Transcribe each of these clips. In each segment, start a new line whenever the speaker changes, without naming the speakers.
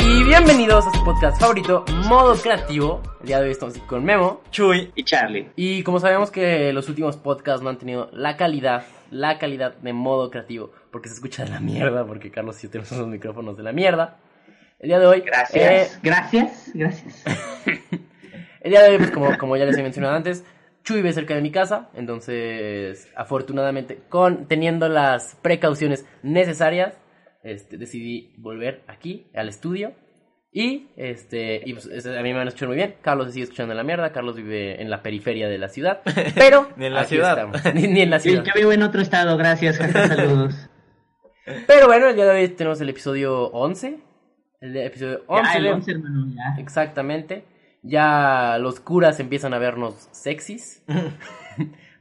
Y bienvenidos a su podcast favorito, Modo Creativo. El día de hoy estamos aquí con Memo, Chuy.
y Charlie.
Y como sabemos que los últimos podcasts no han tenido la calidad, la calidad de Modo Creativo, porque se escucha de la mierda, porque Carlos y yo tenemos unos micrófonos de la mierda. El día de hoy...
Gracias.
eh,
Gracias, gracias.
el día de hoy, pues como, como ya les he mencionado antes, Chuy vive cerca de mi casa, entonces afortunadamente, con, teniendo las precauciones necesarias, este, decidí volver aquí al estudio. Y, este, y pues, este, a mí me han escuchado muy bien. Carlos se sigue escuchando en la mierda. Carlos vive en la periferia de la ciudad. Pero.
Ni en la
aquí
ciudad.
estamos. Ni, ni en la
Sí,
ciudad.
yo vivo en otro estado, gracias. Saludos.
Pero bueno, el día de hoy tenemos el episodio 11. El de- episodio 11.
Ya, el
de-
once, hermano, ya.
Exactamente. Ya los curas empiezan a vernos sexys.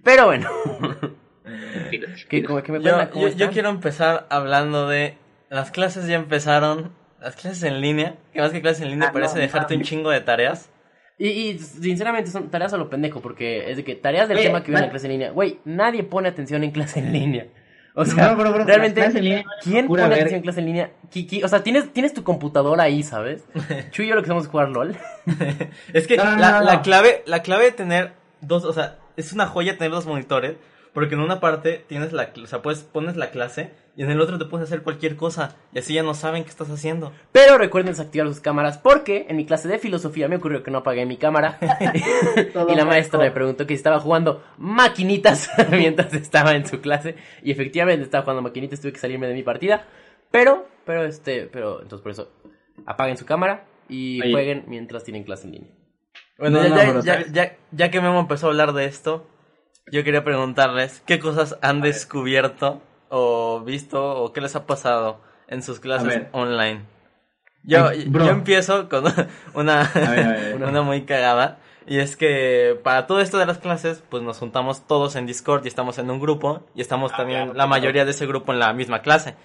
Pero bueno. que, como que me
Yo,
cuentan cómo
yo- yo
están.
quiero empezar hablando de las clases ya empezaron, las clases en línea, que más que clases en línea
Ah,
parece
no,
dejarte
no.
un chingo de tareas.
Y, y sinceramente son tareas a lo pendejo, porque es de que tareas del
Oye,
tema que viene en
va-
clase en línea. Güey, nadie pone atención en clase en línea. O
No,
sea,
bro, bro, bro,
realmente,
las clases en línea son una
¿quién
locura,
pone
a ver.
atención en clase en línea? Qui- qui- O sea, tienes, tienes tu computadora ahí, ¿sabes? Chu y yo lo que hacemos es jugar LOL.
Es que
No, no,
la,
no,
la
no.
clave, la clave de tener dos, o sea, es una joya tener dos monitores, porque en una parte tienes la, cl- o sea, puedes, pones la clase y en el otro te puedes hacer cualquier cosa y así ya no saben qué estás haciendo.
Pero recuerden desactivar sus cámaras porque en mi clase de filosofía me ocurrió que no apagué mi cámara y la
Todo
maestra me
mal.
preguntó que si estaba jugando maquinitas mientras estaba en su clase y efectivamente estaba jugando maquinitas, tuve que salirme de mi partida, pero, pero este, pero entonces por eso apaguen su cámara y
Oye.
jueguen mientras tienen clase en línea.
Bueno,
No,
ya,
no,
ya-
bro,
ya-
¿sabes?
ya- ya que Memo empezó a hablar de esto, yo quería preguntarles qué cosas han descubierto o visto o qué les ha pasado en sus clases
ver.
online. Yo,
Ay, bro.
yo empiezo con una,
A ver, a ver.
una una muy cagada. Y es que para todo esto de las clases, pues nos juntamos todos en Discord y estamos en un grupo y estamos también la mayoría de ese grupo en la misma clase.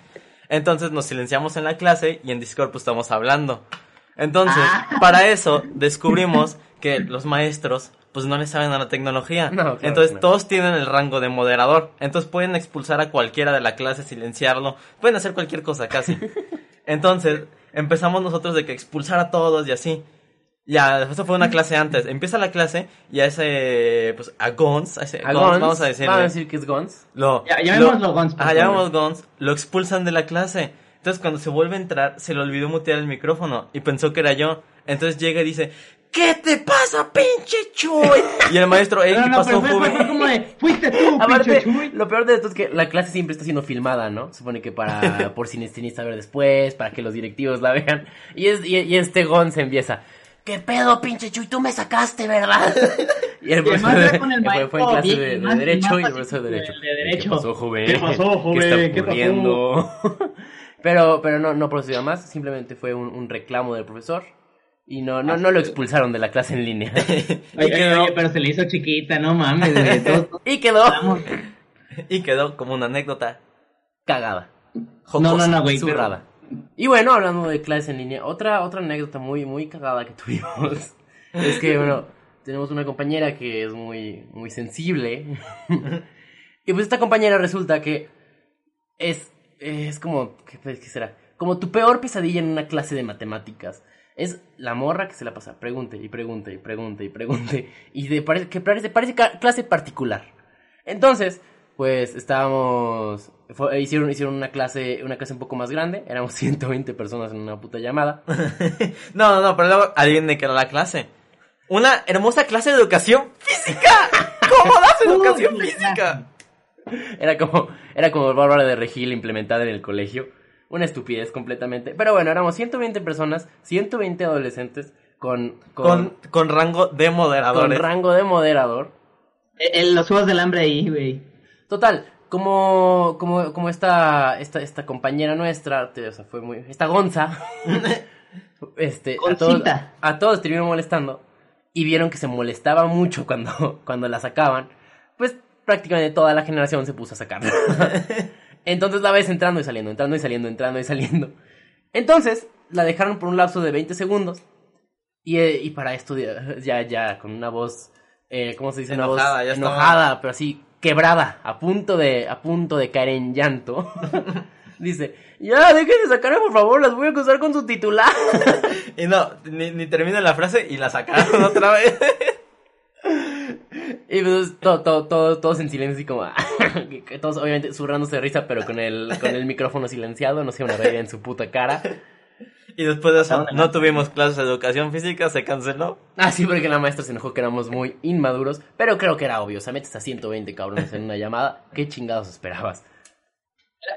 Entonces nos silenciamos en la clase y en Discord pues estamos hablando. Entonces,
Ah.
para eso descubrimos que los maestros pues no le saben a la tecnología.
No, claro que
Entonces
no.
todos tienen el rango de moderador. Entonces pueden expulsar a cualquiera de la clase, silenciarlo, pueden hacer cualquier cosa casi. Entonces empezamos nosotros de que expulsar a todos y así. Ya, eso fue una clase antes. Empieza la clase y a ese, pues a Gons, a ese
A
Gons,
Gons,
vamos a decirle.
Ah,
decir que es Gons.
Lo,
Ya,
lo-
llamémoslo Gons. por
Ajá,
favor.
llamamos Gons, lo expulsan de la clase. Entonces cuando se vuelve a entrar, se le olvidó mutear el micrófono y pensó que era yo. Entonces llega y dice, ¿qué te pasa, pinche Chuy? Y el maestro, "Ey,
No,
¿qué
no,
pasó,
pero fue- fue- fue
joven?
como de, fuiste tú, Oh, pinche
Aparte,
chuy.
lo peor de esto es que la clase siempre está siendo filmada, ¿no? Supone que para por si necesitan ver después, para que los directivos la vean. Y, es, y, y este Gon se empieza. ¿Qué pedo, pinche Chuy? Tú me sacaste, ¿verdad? Y el
Y además
profesor
era con el
fue- fue, en
maestro,
clase
bien,
de, de
más-
derecho
más
y el profesor de
fácil
derecho.
que el de derecho.
¿Qué pasó, joven?
¿Qué pasó, joven?
¿Qué
¿Qué
está
pasó?
ocurriendo? pero, pero no, no procedió más. Simplemente fue un, un reclamo del profesor. Y no,
Ah,
no, no lo expulsaron de la clase en línea.
Oye,
Y quedó-
oye, pero se le hizo chiquita, no mames, güey. Todos- todos
y quedó
estamos-
Y quedó como una anécdota.
cagada.
No, no, no, güey. pero-
Zurrada. Y bueno, hablando de clases en línea, otra, otra anécdota muy, muy cagada que tuvimos es que, bueno, tenemos una compañera que es muy, muy sensible. y pues esta compañera resulta que es, es como, ¿qué, qué será? Como tu peor pesadilla en una clase de matemáticas. Es la morra que se la pasa, pregunte y pregunte y pregunte y pregunte. Y de, parece, que parece, parece ca- clase particular. Entonces, pues estábamos. fue- hicieron, hicieron una clase, una clase un poco más grande. Éramos 120 personas en una puta llamada.
No, no, no, pero luego adivinen que era la clase. Una hermosa clase de educación física. ¿Cómo das educación
Uy,
física?
Era como, era como Bárbara de Regil implementada en el colegio. Una estupidez completamente. Pero bueno, éramos 120 personas, 120 adolescentes con,
Con,
con,
con rango de
con
moderadores.
rango de moderador.
Eh, eh, Los juegos del hambre ahí, güey.
Total, como, como, como esta, esta, esta compañera nuestra, te- o sea, fue muy, esta Gonza, este, a todos,
Goncita.
a todos estuvieron molestando y vieron que se molestaba mucho cuando, cuando la sacaban, pues prácticamente toda la generación se puso a sacarla. Entonces la ves entrando y saliendo, entrando y saliendo, entrando y saliendo. Entonces la dejaron por un lapso de 20 segundos y, eh, y para esto ya, ya, ya, con una voz, eh, ¿cómo se dice? Una
Enojada,
voz
ya estaba-
enojada, pero así quebrada, a punto de, a punto de caer en llanto. Dice, ya, dejen de sacarme por favor, las voy a acusar con su titular.
Y no, ni, ni termina la frase y la sacaron otra vez.
Y pues todo, todo, todo- todos en silencio así como, que- que todos obviamente zurrándose de risa, pero con el, con el micrófono silenciado, no sé, una verga en su puta cara.
Y después de eso no tuvimos clases de educación física, se canceló.
Así Ah, porque la maestra se enojó que éramos muy inmaduros, pero creo que era obvio, o sea, metes a 120 cabrones en una llamada, ¿qué chingados esperabas?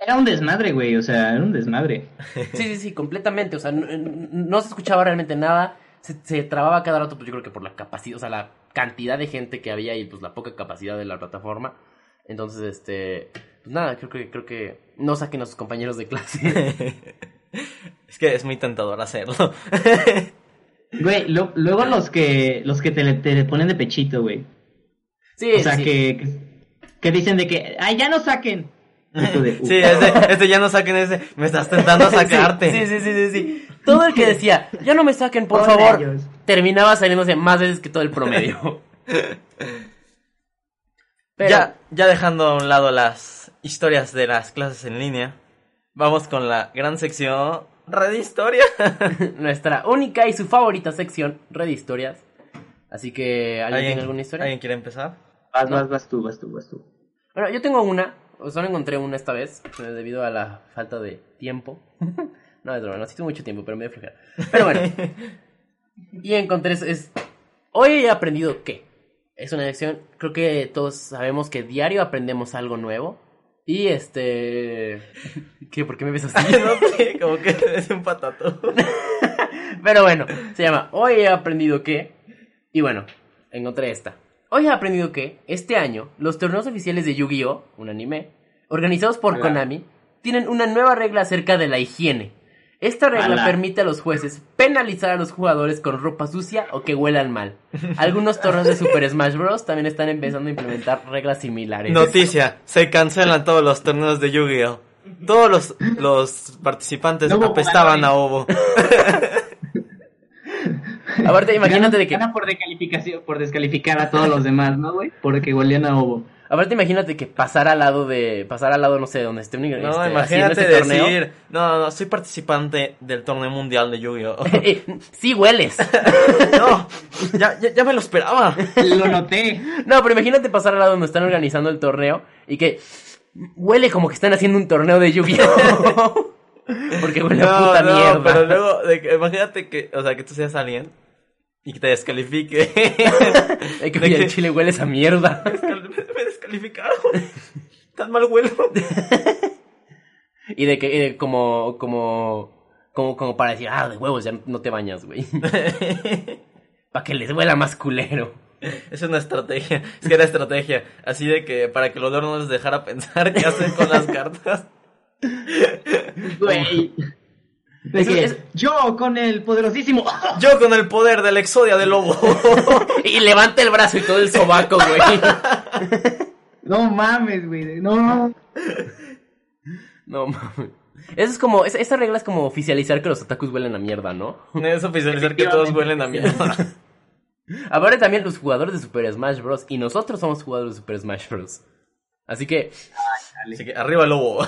Era un desmadre, güey, o sea, era un desmadre.
Sí, sí, sí, completamente. O sea, no, no se escuchaba realmente nada. Se, se trababa cada rato, pues yo creo que por la capacidad, o sea, la cantidad de gente que había y pues la poca capacidad de la plataforma. Entonces, este, pues nada, creo que, creo que no saquen a sus compañeros de clase.
Es que es muy tentador hacerlo.
Uh.
Güey, lo- luego los que los que te, le- te le ponen de pechito, güey.
Sí,
O sea,
sí.
que, que, que dicen de que, ay, ya no saquen. Y tú de,
Sí, este, este ya no saquen ese. Me estás tentando a sacarte.
Sí, sí, sí, sí, sí. Todo el que decía, ya no me saquen, por
Pobre
favor,
ellos.
terminaba saliéndose más veces que todo el promedio. Pero,
Ya, ya dejando a un lado las historias de las clases en línea, vamos con la gran sección Red Historia.
nuestra única y su favorita sección, Red Historias. Así que, ¿alguien, tiene alguna historia?
¿Alguien quiere empezar?
vas, vas, vas tú, vas tú, vas tú.
Bueno, yo tengo una, o solo encontré una esta vez, eh, debido a la falta de tiempo. no, es broma, no sí tuve mucho tiempo, pero me voy a flojera. Pero bueno. y encontré, es, es- hoy he aprendido qué. Es una lección, creo que todos sabemos que diario aprendemos algo nuevo. Y este... ¿Qué? ¿Por qué me ves así?
no sé, como que es un patato.
Pero bueno, se llama Hoy he aprendido que. Y bueno, encontré esta. Hoy he aprendido que este año los torneos oficiales de Yu-Gi-Oh, un anime, organizados por
Ala.
Konami, tienen una nueva regla acerca de la higiene. Esta regla
Ala.
permite a los jueces penalizar a los jugadores con ropa sucia o que huelan mal. Algunos torneos de Super Smash Bros. también están empezando a implementar reglas similares.
Noticia, se cancelan todos los torneos de Yu-Gi-Oh! Todos los, los participantes
No hubo
apestaban a Ovo.
Aparte, imagínate de que
Gana por, descalificación, por descalificar a todos los demás, ¿no, güey? Porque golían a Ovo.
aparte imagínate que pasar al lado de pasar al lado no sé donde esté un este,
No,
haciendo
imagínate
este
decir,
torneo.
no, no, no, soy participante del torneo mundial de Yu-Gi-Oh!
Eh, sí hueles.
no, ya, ya, ya me lo esperaba.
Lo noté.
No, pero imagínate pasar al lado donde están organizando el torneo y que huele como que están haciendo un torneo de lluvia. Porque huele a puta mierda.
pero luego, de que- imagínate que, o sea, que tú seas alguien y que te descalifique.
Ay, que
de
oye,
que-
el chile huele esa mierda.
Descal- me descalificaron. Tan mal huelo.
Y de que eh, como como como como para decir, ah, de huevos ya no te bañas, güey. para que les huela más culero.
Es una estrategia, es que era estrategia. Así de que para que el olor no les dejara pensar qué hacer con las cartas.
Güey. De
Eso
que,
es-
yo con el poderosísimo.
Yo con el poder del exodia de lobo.
y levanta el brazo y todo el sobaco, güey.
No mames, güey. No, no.
No mames. Eso es como es- esa regla es como oficializar que los ataques huelen a mierda, ¿no?
Es oficializar que todos huelen a mierda.
Aparte también los jugadores de Super Smash Bros. Y nosotros somos jugadores de Super Smash Bros. Así que
Así que arriba el lobo.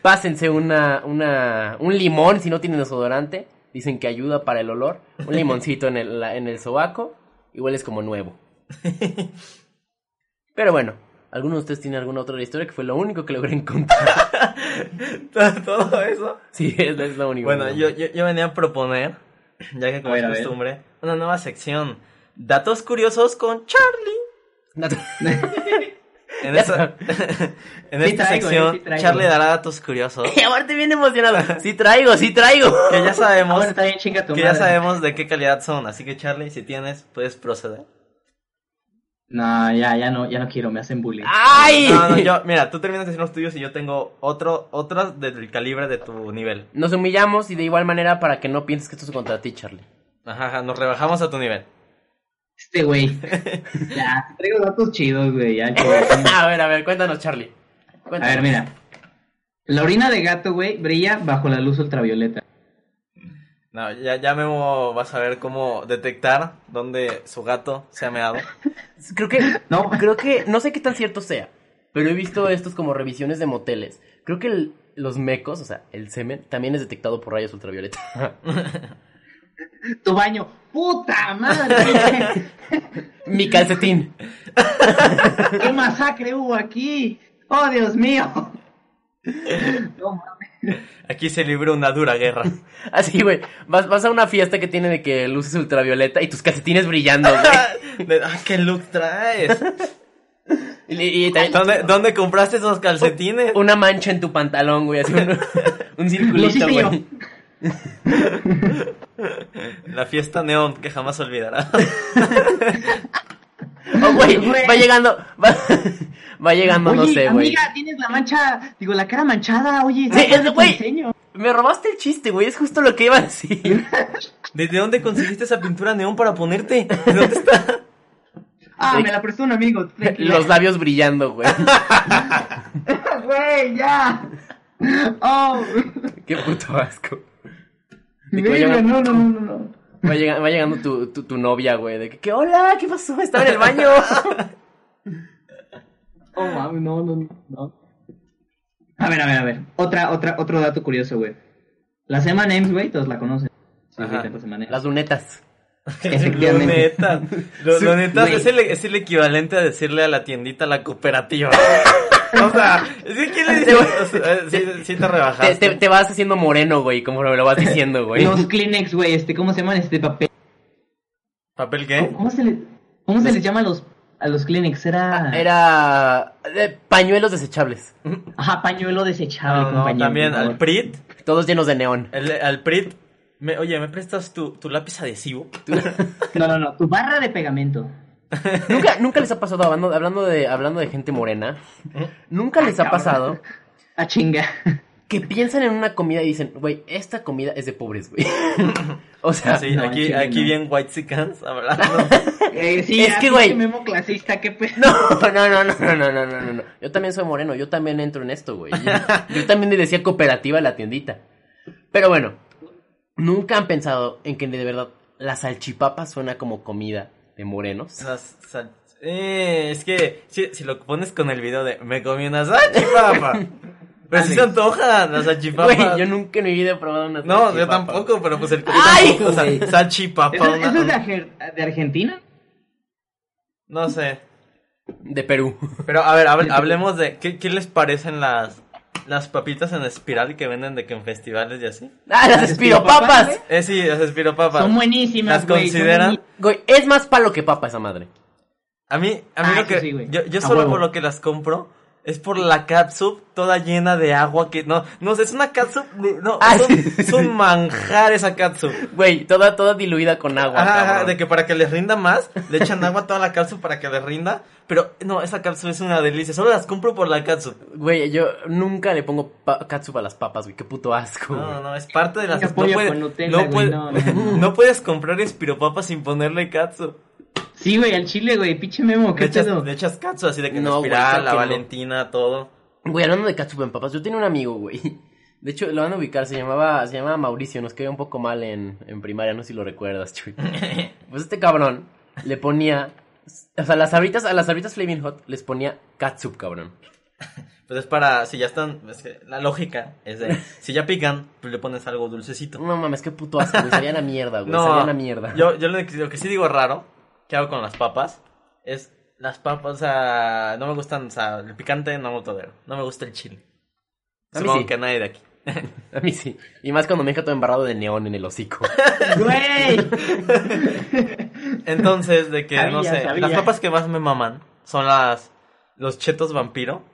pásense una, una, un limón si no tienen desodorante. Dicen que ayuda para el olor. Un limoncito en el, la- en el sobaco y hueles como nuevo. Pero bueno, ¿alguno de ustedes tiene alguna otra historia que fue lo único que logré encontrar?
Todo- Todo eso.
Sí, es, es lo único.
Bueno, yo, yo, yo venía a proponer, ya que como
A
es
ver, a ver.
costumbre, una nueva sección. Datos curiosos con Charlie. En esta, en
Sí traigo,
esta
eh,
sección,
sí traigo.
Charlie dará datos curiosos.
Y aparte bien emocionado. Sí traigo, sí traigo.
Que ya sabemos,
Ahora Ah, está bien, chinga tu
que
madre.
ya sabemos de qué calidad son. Así que Charlie, si tienes, puedes proceder.
No, ya, ya no, ya no quiero, me hacen bullying.
¡Ay!
No, no, yo, mira, tú terminas de hacer los tuyos y yo tengo otro, otras del calibre de tu nivel.
Nos humillamos y de igual manera para que no pienses que esto es contra ti, Charlie.
Ajá, ajá, nos rebajamos a tu nivel.
Este güey. ya, te traigo datos chidos, güey. Ya,
a ver, a ver, cuéntanos, Charlie.
A ver, mira. La orina de gato, güey, brilla bajo la luz ultravioleta.
No, ya, ya Memo va a saber cómo detectar dónde su gato se ha meado.
Creo que,
No.
creo que, no sé qué tan cierto sea, pero he visto estos como revisiones de moteles. Creo que el- los mecos, o sea, el semen, también es detectado por rayos ultravioleta.
Tu baño. ¡Puta madre!
Mi calcetín.
¡Qué masacre hubo aquí! ¡Oh, Dios mío! No mames.
Aquí se libró una dura guerra.
Así, güey, vas, vas a una fiesta que tiene de que luces ultravioleta y tus calcetines brillando, güey.
De- ah, qué look traes.
Y, y
Eh,
también
¿Dónde, dónde compraste esos calcetines?
una mancha en tu pantalón, güey, así un, un
Lo
circulito,
hice yo.
güey.
La fiesta neón que jamás olvidará.
Oh, güey,
Güey.
va llegando, va, va llegando, no
Oye,
sé, güey.
amiga, tienes la mancha, digo, la cara manchada, oye.
Sí, es-
te
güey.
enseño.
Me robaste el chiste, güey, es justo lo que iba a decir.
¿Desde dónde conseguiste esa pintura neón para ponerte? ¿De dónde está?
Ah,
Sí.
me la prestó un amigo. tranquila.
Los labios brillando, güey.
Güey, ya. Oh,
Qué puto asco. Y que va
verga,
llegando-
no, no, no, no, no.
Va llegando, va llegando tu, tu, tu novia, güey, de que, que, hola, ¿qué pasó? Estaba en el baño.
Oh, mami, no, no, no. A ver, a ver, a ver. Otra, otra, otro dato curioso, güey. Las M&M's, güey, todos la conocen. Sí,
Ajá.
güey, tantas M&M's.
Las lunetas.
Efectivamente.
Lo neta. Lo, lo
Sí,
neta
güey.
es el, es el equivalente a decirle a la tiendita la cooperativa. o sea, es que ¿quién le dice? O sea, eh, sí, sí te
Te,
rebajaste.
te, te vas haciendo moreno, güey, como me lo vas diciendo, güey.
Los Kleenex, güey, este, ¿cómo se llaman este papel?
¿Papel
¿Cómo,
qué?
cómo se, le, cómo se les llama a los, a los Kleenex? Era...
Ah, Era eh, pañuelos desechables,
Ajá, pañuelo desechable,
No, no,
compañero.
también
por favor.
al PRIT.
todos llenos de neón.
el- al PRIT. me- oye, ¿me prestas tu, tu lápiz adhesivo?
No, no, no, tu barra de pegamento.
¿Nunca, nunca les ha pasado, hablando, hablando, de, hablando de gente morena, nunca les ha
cabrón.
pasado
A Ah, chinga.
que piensan en una comida y dicen, güey, esta comida es de pobres, güey. o sea,
Sí,
no,
aquí,
chile,
aquí
no.
bien White Sicans hablando.
Eh, sí,
Es
ya,
que,
pinche
güey.
Memo clasista, qué pedo.
No, no, no, no, no, no, no, no, no. Yo también soy moreno, yo también entro en esto, güey. Yo, yo también le decía cooperativa a la tiendita. Pero bueno, nunca han pensado en que de verdad la salchipapa suena como comida de morenos.
Las sal- eh, es que si, si lo pones con el video de me comí una salchipapa. pero si se antojan las salchipapas.
Güey, yo nunca en mi vida he probado una
No, yo
salchipapa.
tampoco, pero pues el
¡Ay!
o sea, salchipapa.
¿Eso,
una-
eso es de, Ager- de Argentina?
No sé.
De Perú.
Pero a ver, hable- hablemos de ¿qué, qué les parecen las las papitas en espiral que venden de que en festivales y así.
¡Ah, las
¿Las
espiropapas!
espiropapas,
Eh, sí, las espiropapas.
Son buenísimas,
¿Las
güey, son
consideran?
buenísimas.
Güey, es más palo que papa esa madre.
A mí, a mí
Ah,
lo
eso
que
sí, güey.
yo, yo
A
solo
huevo.
por lo que las compro es por la catsup toda llena de agua que no, no sé, es una catsup, no,
Ah,
es, un,
sí.
es un manjar esa catsup.
Güey, toda, toda diluida con agua.
Ajá, ajá,
cabrón.
de que para que les rinda más, le echan agua a toda la catsup para que les rinda, pero no, esa catsup es una delicia, solo las compro por la catsup.
Güey, yo nunca le pongo pa- catsup a las papas, güey. Qué puto asco.
No,
güey.
no, no, es parte de las...
Yo
No,
apoyo
puede-
con Nutella,
no
güey,
puede-
no, no,
no puedes comprar espiropapas sin ponerle catsup.
Sí, güey, al chile, güey, pinche Memo,
Le
qué
echas,
pedo.
le echas catsup así de que
No,
no,
güey, claro
espiral, la
que no.
valentina, todo.
Güey, hablando de catsup en papas, yo tenía un amigo, güey. De hecho, lo van a ubicar, se llamaba, se llamaba Mauricio, nos quedó un poco mal en, en primaria, no sé si lo recuerdas, chuy. Pues este cabrón le ponía, o sea, las abritas, a las abritas Flaming Hot les ponía catsup, cabrón.
Pues es para, si ya están, es que la lógica es de, si ya pican, pues le pones algo dulcecito.
No mames, qué puto asco, güey, sabían a mierda, güey, sabían a mierda.
Yo, yo lo, que, lo que sí digo raro, que hago con las papas, es las papas, o sea, no me gustan, o sea, el picante no lo tolero, no me gusta el chile.
A mí
Supongo
sí.
que nadie de aquí.
A mí sí, y más cuando me deja todo embarrado de neón en el hocico.
Güey,
Entonces, de que, no
Sabía,
sé,
sabía.
las papas que más me maman son las, los chetos vampiro.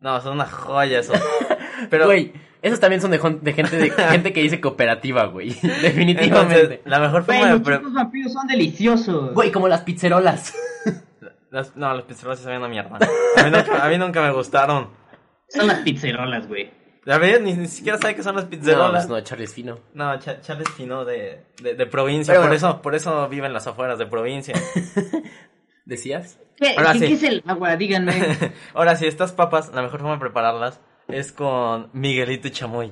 No, son una joya eso. Pero,
Güey, esos también son de, jon- de gente de gente que dice cooperativa, güey,
entonces,
definitivamente.
la mejor
güey,
forma de...
los
pre-
chicos vampiros son deliciosos.
Güey, como las pizzerolas.
Las- no, las pizzerolas sí sabían a mierda. A mí, nunca, a mí nunca me gustaron.
Son las pizzerolas, güey.
La verdad, ni, ni siquiera sabe qué son las
No,
pizzerolas.
pues no, Charles Fino.
No, Cha- Charles Pino de, de, de provincia,
Pero
por
bueno.
eso, por eso vive en las afueras de provincia.
¿Decías?
¿Qué,
Ahora
qué-
sí.
qué es el agua? Díganme.
Ahora sí, estas papas, la mejor forma de prepararlas es con Miguelito Chamoy.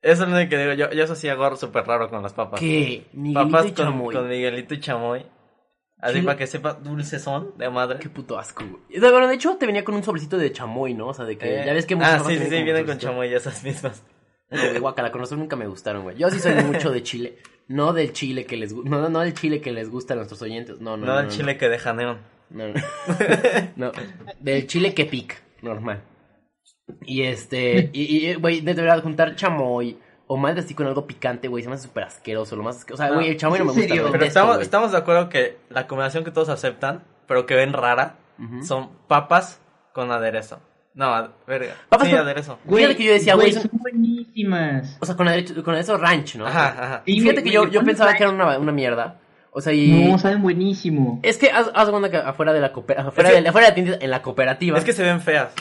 Eso es lo único que digo, yo, yo eso sí hago súper raro con las papas.
¿Qué? Miguelito
Papas
y
con,
Chamoy.
con Miguelito y Chamoy. Así
¿Qué?
para que sepa dulces son de
Qué
madre.
puto asco, güey. O sea, Bueno, de hecho, te venía con un sobrecito de chamoy, ¿no? O sea, de que
Eh,
ya ves que
Ah,
papas
sí, sí, sí,
como
vienen con
sobrecito.
chamoy esas mismas.
No, güey, guácala, con razón nunca me gustaron, güey. Yo sí soy mucho de chile. No del chile que les gusta. No, no, no del chile que les gusta a nuestros oyentes. No, no.
No, el chile que deja neón.
No, no. No, Del chile que pica, normal. Y este. Y, y, güey, de verdad, juntar chamoy. O mal así con algo picante, güey, se me hace súper asqueroso. Lo más asque- O sea,
No,
güey, el chamoy no
¿en
me gusta.
serio?
lo
Pero
detesto,
estamos,
güey.
estamos de acuerdo que la combinación que todos aceptan, pero que ven rara,
Ujú.
son papas con aderezo. No, ad- verga.
Papas
sí,
con-
aderezo.
Fíjate que yo decía, güey,
son buenísimas.
O sea, con, aderecho- con eso ranch, ¿no?
Ajá, ajá.
Y
Sí,
fíjate
güey,
que yo,
güey, le
yo
pones
pensaba que
ranch.
era una, una mierda. O sea, y.
No, saben buenísimo.
Es que haz, haz de cuenta que afuera de la cooperativa. Afuera,
Es que-
de, la- afuera de la tienda, en la cooperativa.
Es que se ven feas.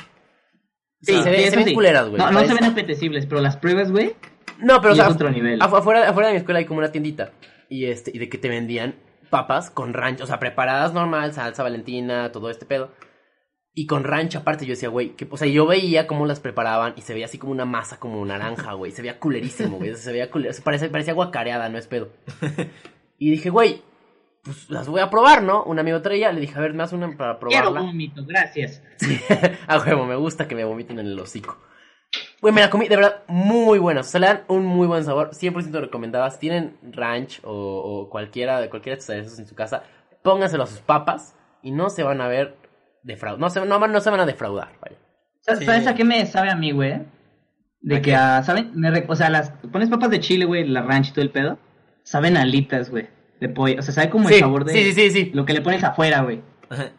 Sí, se, ve-
eso
se ven
sí.
culeras, güey.
No, no
Parece-
se ven apetecibles, pero las pruebas, güey,
No, pero o
y
sea,
es otro nivel.
afu- afuera, afuera de mi escuela hay como una tiendita. Y este, y de que te vendían papas con ranch, o sea, preparadas normal, salsa valentina, todo este pedo. Y con ranch aparte, yo decía, güey, que, o sea, yo veía cómo las preparaban y se veía así como una masa como naranja, güey. Se veía culerísimo, güey. Se veía culer, parecía, parecía guacareada, no es pedo. Y dije, güey, pues las voy a probar, ¿no? Un amigo traía, le dije, a ver, me hace una para
Quiero
probarla.
vómito, gracias.
A huevo, me gusta que me vomiten en el hocico. Güey, me la comí, de verdad, muy buena. O sea, le dan un muy buen sabor. 100% recomendadas. Si tienen ranch o, o cualquiera de cualquiera de estos aderezos en su casa, pónganselo a sus papas y no se van a ver defraudados. No se, no, van- no se van a defraudar, vaya.
¿Sabes,
Sí.
sabes a qué me sabe a mí, güey? De que, a, ¿saben? Me re- o sea, las pones papas de chile, güey, la ranch y todo el pedo. Saben a alitas, güey, de pollo. O sea, sabe como
Sí,
el sabor de
sí, sí, sí, sí.
lo que le pones afuera, güey.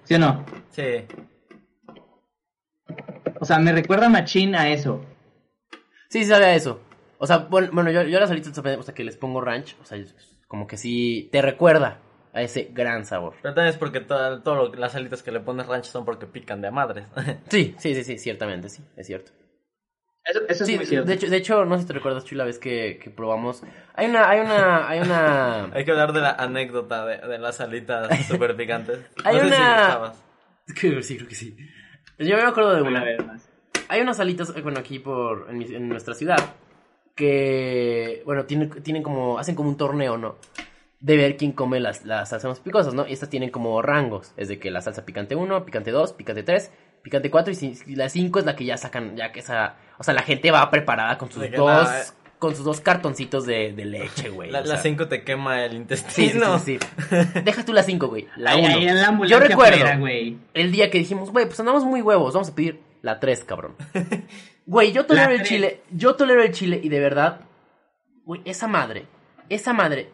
¿Sí o no?
Sí.
O sea, me recuerda machín a eso.
Sí, sí sabe a eso. O sea, bueno, bueno, yo, yo las alitas, o sea, que les pongo ranch, o sea, como que sí te recuerda a ese gran sabor.
Pero también es porque todas las alitas que le pones rancho son porque pican de a madres.
Sí, sí, sí, sí, ciertamente, sí, es cierto.
Eso, eso es
Sí,
muy cierto.
de hecho, de hecho, no sé si te recuerdas, Chuy, la vez que, que probamos. Hay una, hay una, hay una.
Hay que hablar de la anécdota de, de las alitas super picantes.
Hay
no sé si
una-
estabas.
Creo que sí, creo que sí. Yo me acuerdo de
Una
una.
vez más.
Hay unas salitas, eh, bueno, aquí por, en, mi- en nuestra ciudad, que, bueno, tienen, tienen como, hacen como un torneo, ¿no? De ver quién come las, las salsas más picosas, ¿no? Y estas tienen como rangos, es de que la salsa picante 1, picante 2, picante 3, picante 4 y si- si la 5 es la que ya sacan, ya que esa, o sea, la gente va preparada con sus
De que
dos,
la-
con sus dos cartoncitos de, de leche, güey.
La-
o sea.
Las cinco te quema el
Sí, sí,
intestino.
sí, sí. Deja tú la 5, güey. La
Ahí-
1.
ahí en la
Yo
ambulancia
recuerdo
afuera, güey.
el día que dijimos, güey, pues andamos muy huevos, vamos a pedir la 3, cabrón. Güey, yo tolero
La
el
tres.
chile, yo tolero el chile y de verdad, güey, esa madre, esa madre,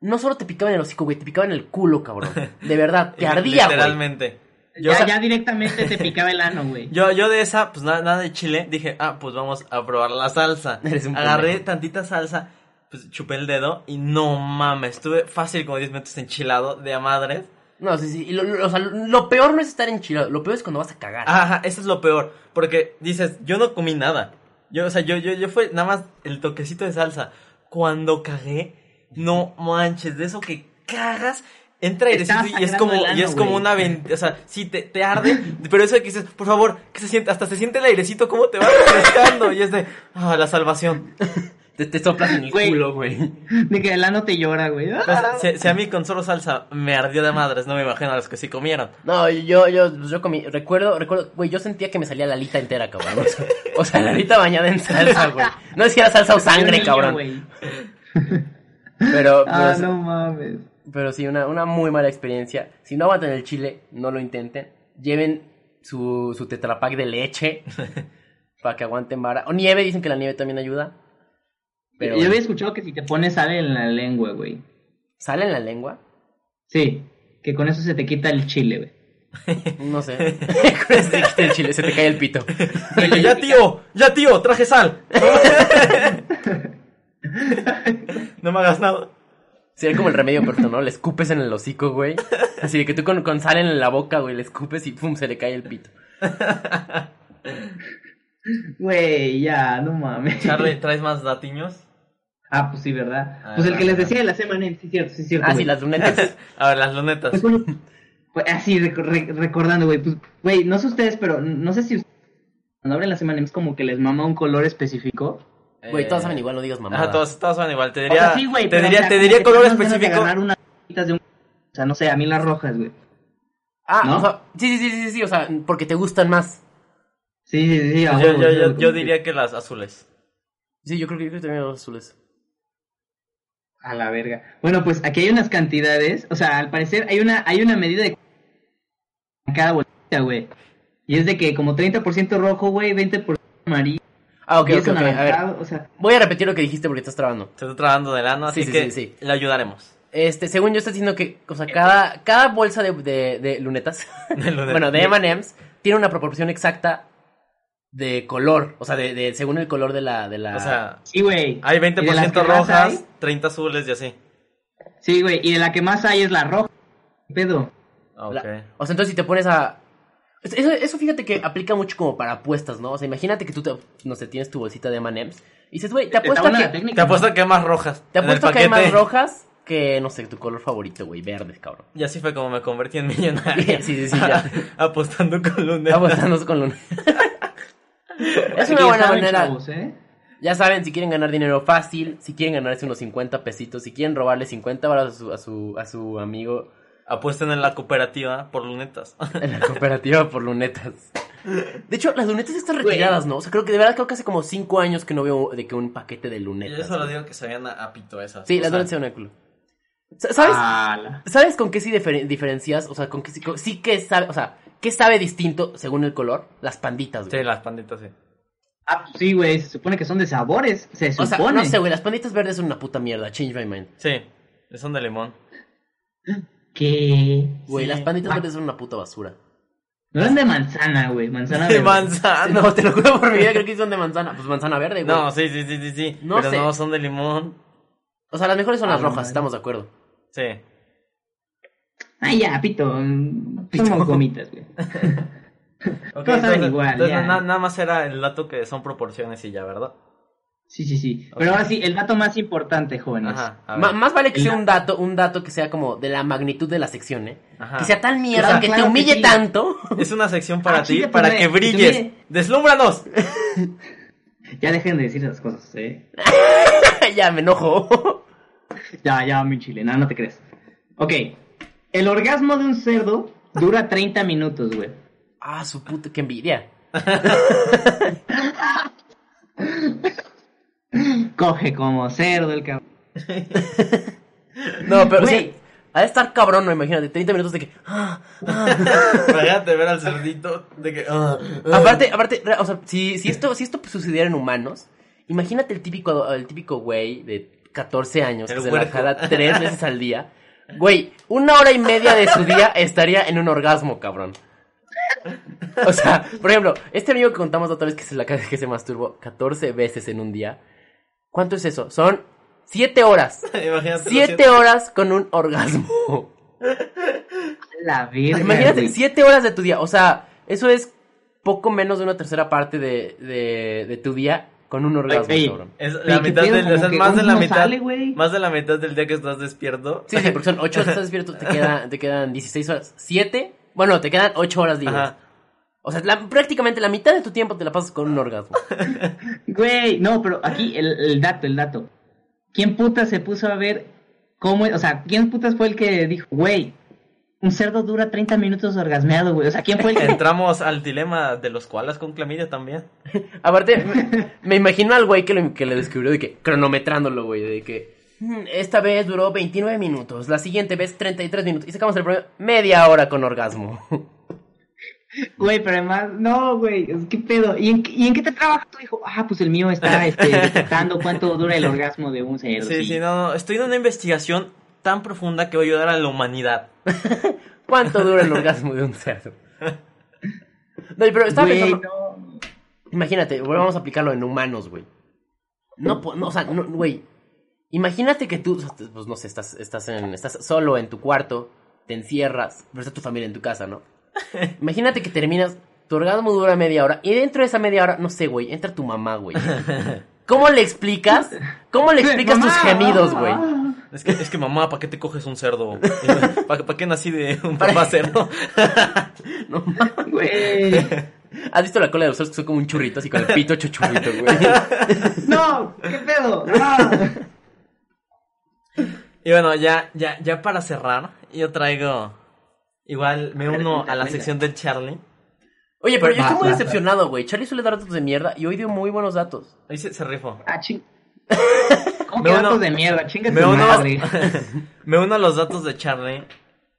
no solo te picaba en el hocico, güey, te picaba en el culo, cabrón. De verdad, te ardía, güey.
Literalmente.
Ya,
o sea,
ya directamente te picaba el ano, güey.
Yo, yo de esa, pues nada, nada de chile, dije, ah, pues vamos a probar la salsa.
Eres un
Agarré
pendejo.
tantita salsa, pues chupé el dedo y no mames, estuve fácil como 10 minutos enchilado de a madres.
No, sí, sí, y lo, lo- o sea, lo peor no es estar enchilado, lo peor es cuando vas a cagar.
Ajá, eso es lo peor, porque dices, yo no comí nada. Yo, o sea, yo, yo, yo fue nada más el toquecito de salsa. Cuando cagué, no manches, de eso que cagas, entra airecito
Estaba
y es
sangrando
como,
el ano,
y es como
güey.
una vent- o sea, sí, te, te arde, pero eso de que dices, por favor, que se siente, hasta se siente el airecito, como te va refrescando, y es de, ah, la salvación.
Te, te soplas en el
Güey.
culo, güey.
De que el ano te llora, güey. Ah.
Entonces, si, si a mí con solo salsa me ardió de madres, no me imagino a los que sí comieron.
No, yo, yo, pues, yo comí, recuerdo, recuerdo, güey, yo sentía que me salía la alita entera, cabrón. O sea, o sea, la alita bañada en salsa, güey. No es que era salsa o
Yo
sangre,
niño,
cabrón.
Ah, güey.
Pero, pero,
Ah, no mames.
pero sí, una, una muy mala experiencia. Si no aguantan el chile, no lo intenten. Lleven su, su tetrapack de leche para que aguanten vara. O nieve, dicen que la nieve también ayuda. Pero,
Yo había escuchado que si te pones sal en la lengua, güey.
¿sale en la lengua?
Sí, que con eso se te quita el chile, güey.
No sé. Con este que quita el chile, se te cae el pito.
De que, ya tío, ya tío, traje sal. no me hagas nada.
Sería como el remedio perfecto, ¿no? Le escupes en el hocico, güey. Así de que tú con, con sal en la boca, güey, le escupes y pum, se le cae el pito.
Güey, ya, no mames.
Charlie, ¿traes más datiños?
Ah, pues sí, ¿verdad?
Ah,
pues el que les
claro.
decía de la semana, sí, cierto, sí, cierto.
Ah,
güey.
sí, las lunetas.
A ver, las lunetas.
Pues, güey, pues, así, reco- re- recordando, güey, pues, güey, no sé ustedes, pero no sé si ustedes, cuando abren las semanas como que les mama un color específico.
Güey, todas
Eh,
saben igual, no digas mamada.
Ajá, todas, todas son igual. Te
o
diría,
sea, sí, güey,
te
pero,
diría,
o sea,
te
como
diría
que
color
te dan ganas de
específico.
agarrar unas bolitas de un- O sea, no sé, a mí las rojas, güey.
Ah,
¿no?
o sea, sí, sí, sí, sí, sí, o sea, porque te gustan más.
Sí, sí, sí, sí, a
Yo,
huevo,
yo-
sí,
yo-
güey,
yo
como que-
diría que las azules.
Sí, yo creo que yo creo que también los azules.
A la verga. Bueno, pues aquí hay unas cantidades. O sea, al parecer hay una, hay una medida de en cada bolita, güey. Y es de que como 30% rojo, güey, 20% amarillo,
Ah, ok, ok,
10
ok, a ver.
anaranjado, o sea,
Voy a repetir lo que dijiste porque estás trabando.
Se está trabajando de lano, así
Sí, sí,
que
sí,
le ayudaremos.
Este, según yo estás diciendo que, o sea, cada, cada bolsa de, de, de lunetas,
De lunetas.
bueno, de M&M's, tiene una proporción exacta de color, o sea, de, de- según el color de la, de la...
O sea,
sí, güey.
hay
¿Y de las
20%
que más
rojas,
hay?
30 azules y así.
Sí, güey, y de la que más hay es la roja. ¿Qué pedo?
Ok.
la- o sea, entonces si te pones a... Eso, eso fíjate que aplica mucho como para apuestas, ¿no? O sea, imagínate que tú, te, no sé, tienes tu bolsita de M&M's y dices, güey, te apuesto a
buena
que...
la técnica,
Te apuesto que hay más rojas.
Te
en el
apuesto a que hay más
paquete.
rojas que, no sé, tu color favorito, güey, verdes, cabrón.
Y así fue como me convertí en millonario.
Sí, sí, sí, ya.
Apostando con lunetas.
Apostándonos con lunetas.
¿no?
es una
Ya
buena
saben,
manera...
chavos, ¿eh?
Ya saben, si quieren ganar dinero fácil, si quieren ganarse unos 50 pesitos, si quieren robarle 50 balas a su, a su, a su amigo
Apuesten en la cooperativa por lunetas.
en la cooperativa por lunetas. De hecho, las lunetas están retiradas, ¿no? O sea, creo que de verdad creo que hace como 5 años que no veo de que un paquete de
Y
lunetas.
eso lo
güey.
digo que se vayan a, a pito esas.
Sí,
o
las
sea,
lunetas son un culo. Sa- ¿Sabes?
Ah, la-
¿Sabes con qué sí diferen- diferencias? O sea, con qué sí, con- sí que sabe, o sea, ¿qué sabe distinto según el color? Las panditas, güey.
Sí, las panditas, sí.
Ah, pues sí, güey, se supone que son de sabores. Se
o sea,
supone.
no sé, güey, las panditas verdes son una puta mierda, change my mind.
Sí, son de limón.
Que.
Güey,
Sí.
las panditas
Ah.
verdes son una puta basura.
No eran de manzana, güey. Manzana
De
verde.
manzana.
No, te lo juro por mi vida, creo que son de manzana. Pues manzana verde, güey.
Ah, No, sí, sí, sí, sí, sí.
No
Pero
sé.
no, son de limón.
O sea, las mejores son las
Ah,
rojas,
madre.
estamos de acuerdo.
Sí.
Ay, Ah, ya, pito. mm, Somos gomitas, güey.
Ok,
Todas saben
entonces-
igual,
entonces
ya.
na- nada más era el dato que son proporciones y ya, ¿verdad?
Sí, sí, sí. Pero ahora sí, el dato más importante, jóvenes.
Ajá. a ver.
Ma- más vale que
El
sea un dato, un dato que sea como de la magnitud de la sección, ¿eh?
Ajá.
Que sea tan mierda,
Claro,
que
claro
te
que
humille
sí.
tanto.
Es una sección para
Ah,
ti,
pues,
chinga tu
para
madre,
que
que te
brilles.
mire.
¡Deslúmbranos!
Ya dejen de decir esas cosas, ¿eh?
ya, me enojo.
Ya, ya, mi chile. No, no te crees. Ok. El orgasmo de un cerdo dura 30 minutos, güey.
ah, su puta, qué envidia.
Coge como cerdo el cabrón.
No, pero
Güey.
sí. Ha de estar cabrón, no, imagínate, 30 minutos de que. ah,
Imagínate ver al cerdito de que. ah, ah.
Aparte, aparte, re- o sea, si, si esto, si esto sucediera en humanos, imagínate el típico, el típico güey de 14 años
El
que se la
huerco.
jala tres veces al día. Güey, una hora y media de su día estaría en un orgasmo, cabrón. O sea, por ejemplo, este amigo que contamos la otra vez que se, la, ca- que se masturbó 14 veces en un día. ¿Cuánto es eso? Son 7 horas.
Imagínate.
7 horas con un orgasmo.
La verga.
Imagínate,
güey.
7 horas de tu día. O sea, eso es poco menos de una tercera parte de, de, de tu día con un orgasmo,
ey.
cabrón.
Es
Oye,
la
¿qué
mitad
pedo?
del,
Como
o sea,
que
más de
uno
la
no
mitad.
sale, güey.
más de la mitad del día que estás despierto.
Sí, sí, porque son 8 horas, estás despierto, te, queda- te quedan 16 horas. 7, bueno, te quedan 8 horas libres.
Ajá.
O sea, la- prácticamente la mitad de tu tiempo te la pasas con un orgasmo.
Güey, no, pero aquí el, el dato, el dato. ¿Quién putas se puso a ver cómo, o sea, quién putas fue el que dijo, güey, un cerdo dura 30 minutos orgasmeado, güey? O sea, ¿quién fue el que...
Entramos al dilema de los koalas con clamidia también.
Aparte, me, me imagino al güey que lo, que le descubrió de que, cronometrándolo, güey, de que "Mm, esta vez duró 29 minutos, la siguiente vez 33 minutos, y sacamos el problema media hora con orgasmo.
Güey, pero además, no, güey, es- ¿qué pedo? ¿Y en, qué- ¿Y en qué te trabaja tu hijo? Ah, pues el mío está este, detectando cuánto dura el orgasmo de un cerdo.
Sí, sí, no, no. Estoy en una investigación tan profunda que va a ayudar a la humanidad.
¿Cuánto dura el orgasmo de un cerdo? No, pero estaba
Güey,
pensando,
no.
imagínate, güey, vamos a aplicarlo en humanos, güey. No, po- no, o sea, no, güey. Imagínate que tú, o sea, pues no sé, estás, estás, en, estás solo en tu cuarto, te encierras, pero está tu familia en tu casa, ¿no? Imagínate que terminas, tu orgasmo dura media hora y dentro de esa media hora, no sé, güey, entra tu mamá, güey. ¿Cómo le explicas? ¿Cómo le explicas
Mamá,
tus gemidos, güey?
mamá.
Es que, es que mamá, ¿para qué te coges un cerdo? ¿Para, para qué nací de un papá cerdo?
No mames.
Güey.
¿Has visto la cola de los cerdos que son como un churrito, así con el pito hecho churrito, güey?
No, qué pedo. No.
Y bueno, ya, ya, ya para cerrar, yo traigo. Igual me uno a la
cuenta.
sección del Charlie.
Oye, pero yo
Va,
estoy muy
va, va.
decepcionado, güey. Charlie suele dar datos de mierda y hoy dio muy buenos datos.
Ahí se, se rifó.
Ah, ching. ¿Cómo que
Me uno-
datos de mierda? Chinga
Me
tu
uno,
madre.
me uno a los datos de Charlie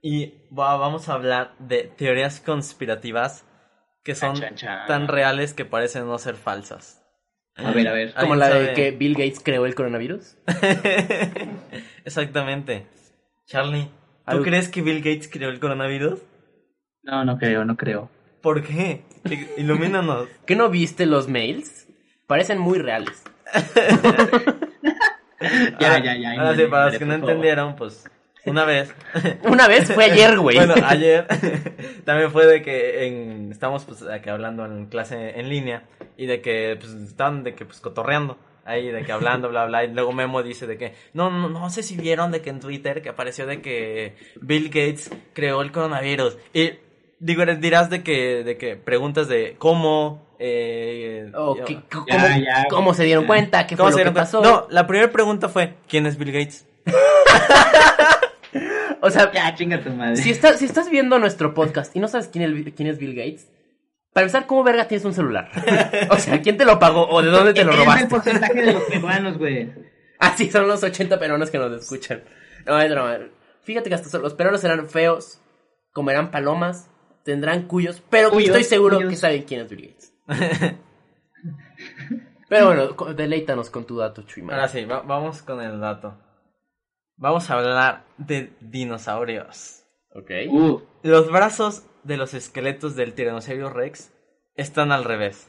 y va- vamos a hablar de teorías conspirativas que son
Chan, chan.
tan reales que parecen no ser falsas.
A ver, a ver.
Ay.
Como
¿Alguien
la de
sabe?
que Bill Gates creó el coronavirus.
Exactamente. Charlie, ¿tú
Algo-
crees que Bill Gates creó el coronavirus?
No, no creo, no creo.
¿Por qué? I- Ilumínanos.
¿Qué no viste los mails? Parecen muy reales.
Ya,
Ahora-
ya, ya.
Ahora sí,
Ingrid,
para los
Ingrid,
que no
por favor.
entendieron, pues una vez
Una vez fue ayer, güey.
Bueno, ayer también fue de que en, estamos pues acá hablando en clase en línea y de que pues estaban de que pues cotorreando ahí de que hablando bla bla y luego Memo dice de que no no no sé si vieron de que en Twitter que apareció de que Bill Gates creó el coronavirus y digo dirás de que de que preguntas de cómo eh,
O
yo-
que- c- ¿cómo,
Ya, ya.
cómo se dieron cuenta? ¿Qué fue lo
¿cómo se
que
dieron cuenta?
pasó?
no la primera pregunta fue quién es Bill Gates
O sea,
Ya, chinga tu madre.
si, estás si estás viendo nuestro podcast y no sabes quién, el- quién es Bill Gates, para empezar, ¿cómo verga tienes un celular? O sea, ¿quién te lo pagó o de dónde te lo
es
robaste?
el porcentaje de los peruanos, güey.
Así Ah, son los 80 peruanos que nos escuchan. No, es broma. Fíjate que hasta son- los peruanos serán feos, comerán palomas, tendrán cuyos, pero
Cuyos,
estoy seguro
cuyos.
que saben quién es Bill Gates. pero bueno, co- deleítanos con tu dato, Chuima.
Ahora sí, va- vamos con el dato. Vamos a hablar de dinosaurios.
Ok.
Uh,
Los brazos de los esqueletos del Tiranosaurio Rex están al revés.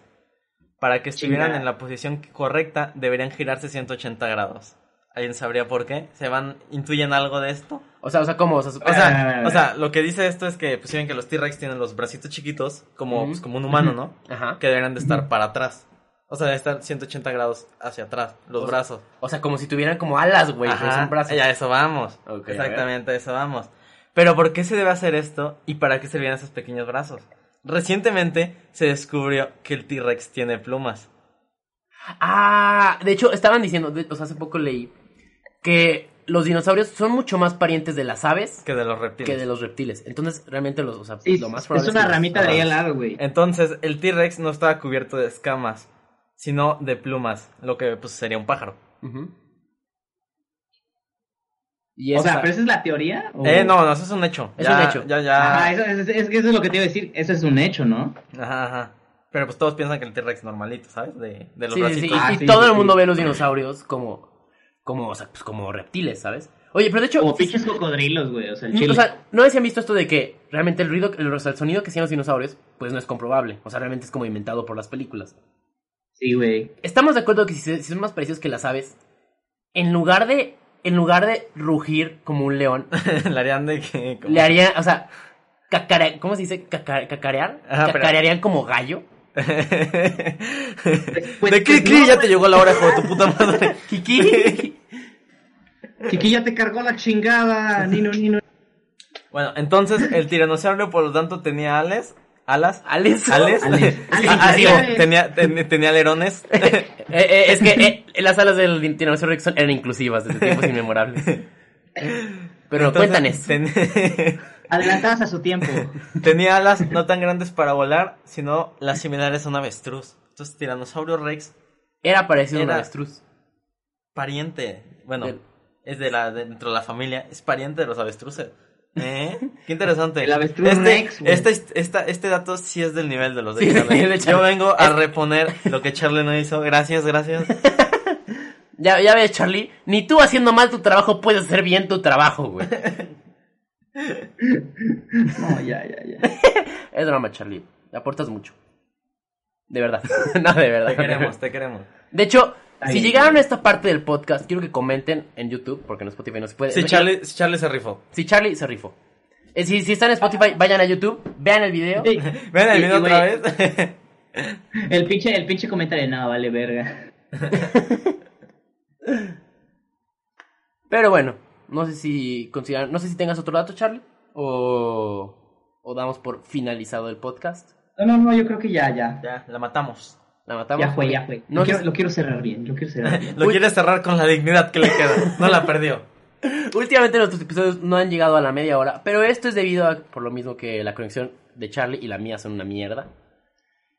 Para que estuvieran
Chinga.
en la posición correcta, deberían girarse 180 grados. ¿Alguien sabría por qué? ¿Se van, intuyen algo de esto?
O sea, o sea, ¿cómo? O sea,
O sea,
Ah.
o sea lo que dice esto es que, pues, saben que los T-Rex tienen los bracitos chiquitos, como,
Ujú.
pues, como un humano, ¿no?
ajá.
Que deberían de estar para atrás. O sea, deben estar 180 grados hacia atrás, los
O sea,
brazos.
O sea, como si tuvieran como alas, güey, pero
Ajá,
son brazos.
Ya, eso vamos.
Ok,
Exactamente, a eso vamos. Pero ¿por qué se debe hacer esto y para qué servían esos pequeños brazos? Recientemente se descubrió que el T-Rex tiene plumas.
Ah, de hecho, estaban diciendo, de- o sea, hace poco leí que los dinosaurios son mucho más parientes de las aves
Que de los
que
reptiles.
de los reptiles. Entonces, realmente los, o sea,
sí,
lo más
es
probable que
una
Eh, los-
ramita de ahí al lado, güey.
Entonces, el T-Rex no estaba cubierto de escamas, sino de plumas, lo que pues sería un pájaro.
Ujú. Y
O
esa-
sea, ¿pero esa es la teoría? o-
Eh, no, no, eso es un hecho.
Uh. Es
Ya-
un hecho.
Ya, ya.
Ajá, eso, es, es que eso es lo que te iba a decir. Eso es un hecho, ¿no?
Ajá, ajá. Pero pues todos piensan que el T-Rex normalito, ¿sabes? De, de los
sí, sí, sí,
bracitos.
y-
Ah,
y
sí,
todo
sí,
el mundo
sí.
ve los dinosaurios como, como, o sea, pues como reptiles, ¿sabes? Oye, pero de hecho,
Como pinches cocodrilos, güey. O sea, el
Mm,
chile.
O sea, no habían visto esto de que realmente el ruido, el, o sea, el sonido que hacían los dinosaurios, pues no es comprobable. O sea, realmente es como inventado por las películas.
sí, güey.
Estamos de acuerdo que si, se- si son más parecidos que las aves, en lugar de, en lugar de rugir como un león,
Le harían de que. como-
le harían, o sea, cacare- ¿cómo se dice? Caca- cacarear,
Ajá, pero-
cacarearían como gallo.
Pues,
de cri cri ya te llegó la hora, hijo de tu puta madre.
Kiki.
Kiki ya te cargó la chingada. Nino, Nino.
Bueno, entonces el tiranosaurio por lo tanto tenía ales, alas,
Alex.
ales,
Ales.
Ah, ah, digo,
Ales.
tenía, ten- tenía alerones.
Eh, eh, es que eh, las alas del dinosaurio Rex son- eran inclusivas desde tiempos inmemorables. Pero cuéntanos.
Entonces, ten-
Adelantadas a su tiempo.
tenía alas no tan grandes para volar, sino las similares a un avestruz. Entonces tiranosaurio rex
Era parecido a un
Era-
avestruz.
pariente, bueno,
Del-
es de la de- dentro de la familia, es pariente de los avestruces. ¿Eh? Qué interesante.
El avestruz
este,
Rex, güey.
este, esta- este dato sí es del nivel de los de
Sí,
Charlie.
de Charlie.
Yo vengo a reponer lo que Charlie no hizo. Gracias, gracias.
Ya, ya ves, Charlie, ni tú haciendo mal tu trabajo puedes hacer bien tu trabajo, güey.
No, ya, ya, ya.
Es drama, Charlie. Aportas mucho. De verdad. no, de verdad.
Te queremos, te queremos.
De hecho, Si
bien.
llegaron a esta parte del podcast, quiero que comenten en YouTube, porque en Spotify no se puede.
Si Charlie, si Charlie se rifó.
Si Charlie se rifó. Eh, si, si están en Spotify, vayan a YouTube, vean el video.
Ey,
Ven el
y-
video
y, güey,
otra vez.
El pinche, el pinche comentario, no, vale verga.
Pero bueno, no sé si consideran, no sé si tengas otro dato, Charlie, o, o damos por finalizado el podcast.
No, no, no, yo creo que ya, ya.
ya, la matamos.
La matamos.
Ya fue, ya fue.
No
Lo quiero,
sé-
lo quiero cerrar bien, lo quiero cerrar bien.
Lo
Uy.
quiere cerrar con la dignidad que le queda. No la perdió.
Últimamente nuestros episodios no han llegado a la media hora, pero esto es debido a por lo mismo que la conexión de Charlie y la mía son una mierda.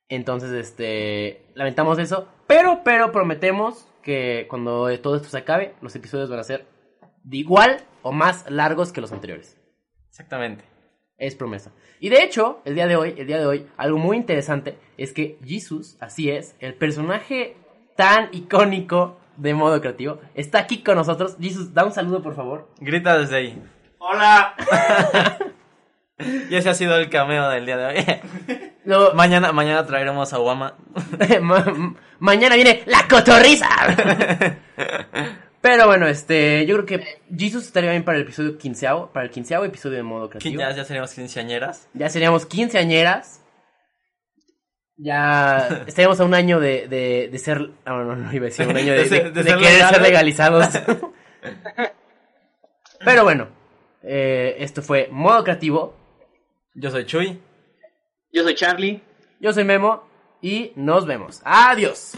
Entonces, este, lamentamos eso, pero pero prometemos que cuando todo esto se acabe, los episodios van a ser de igual o más largos que los anteriores.
Exactamente.
Es promesa. Y de hecho, el día de hoy, el día de hoy, algo muy interesante es que Jesus, así es, el personaje tan icónico de modo creativo, está aquí con nosotros. Jesus, da un saludo, por favor.
Grita desde ahí.
Hola.
Y ese ha sido el cameo del día de hoy.
Luego,
mañana, mañana traeremos a Obama.
Ma- mañana viene la cotorriza. Pero bueno, este, yo creo que Jesus estaría bien para el episodio quinceavo, para el quinceavo episodio de modo creativo.
Ya, ya seríamos quinceañeras.
Ya seríamos quinceañeras. Ya estaríamos a un año de, de, de ser. ah, No, no, no iba a decir un año de,
De ser-
de-
de
de
ser
querer ser
legales.
legalizados. Pero bueno, eh, esto fue modo creativo.
Yo soy Chuy.
Yo soy Charlie.
Yo soy Memo y nos vemos. Adiós.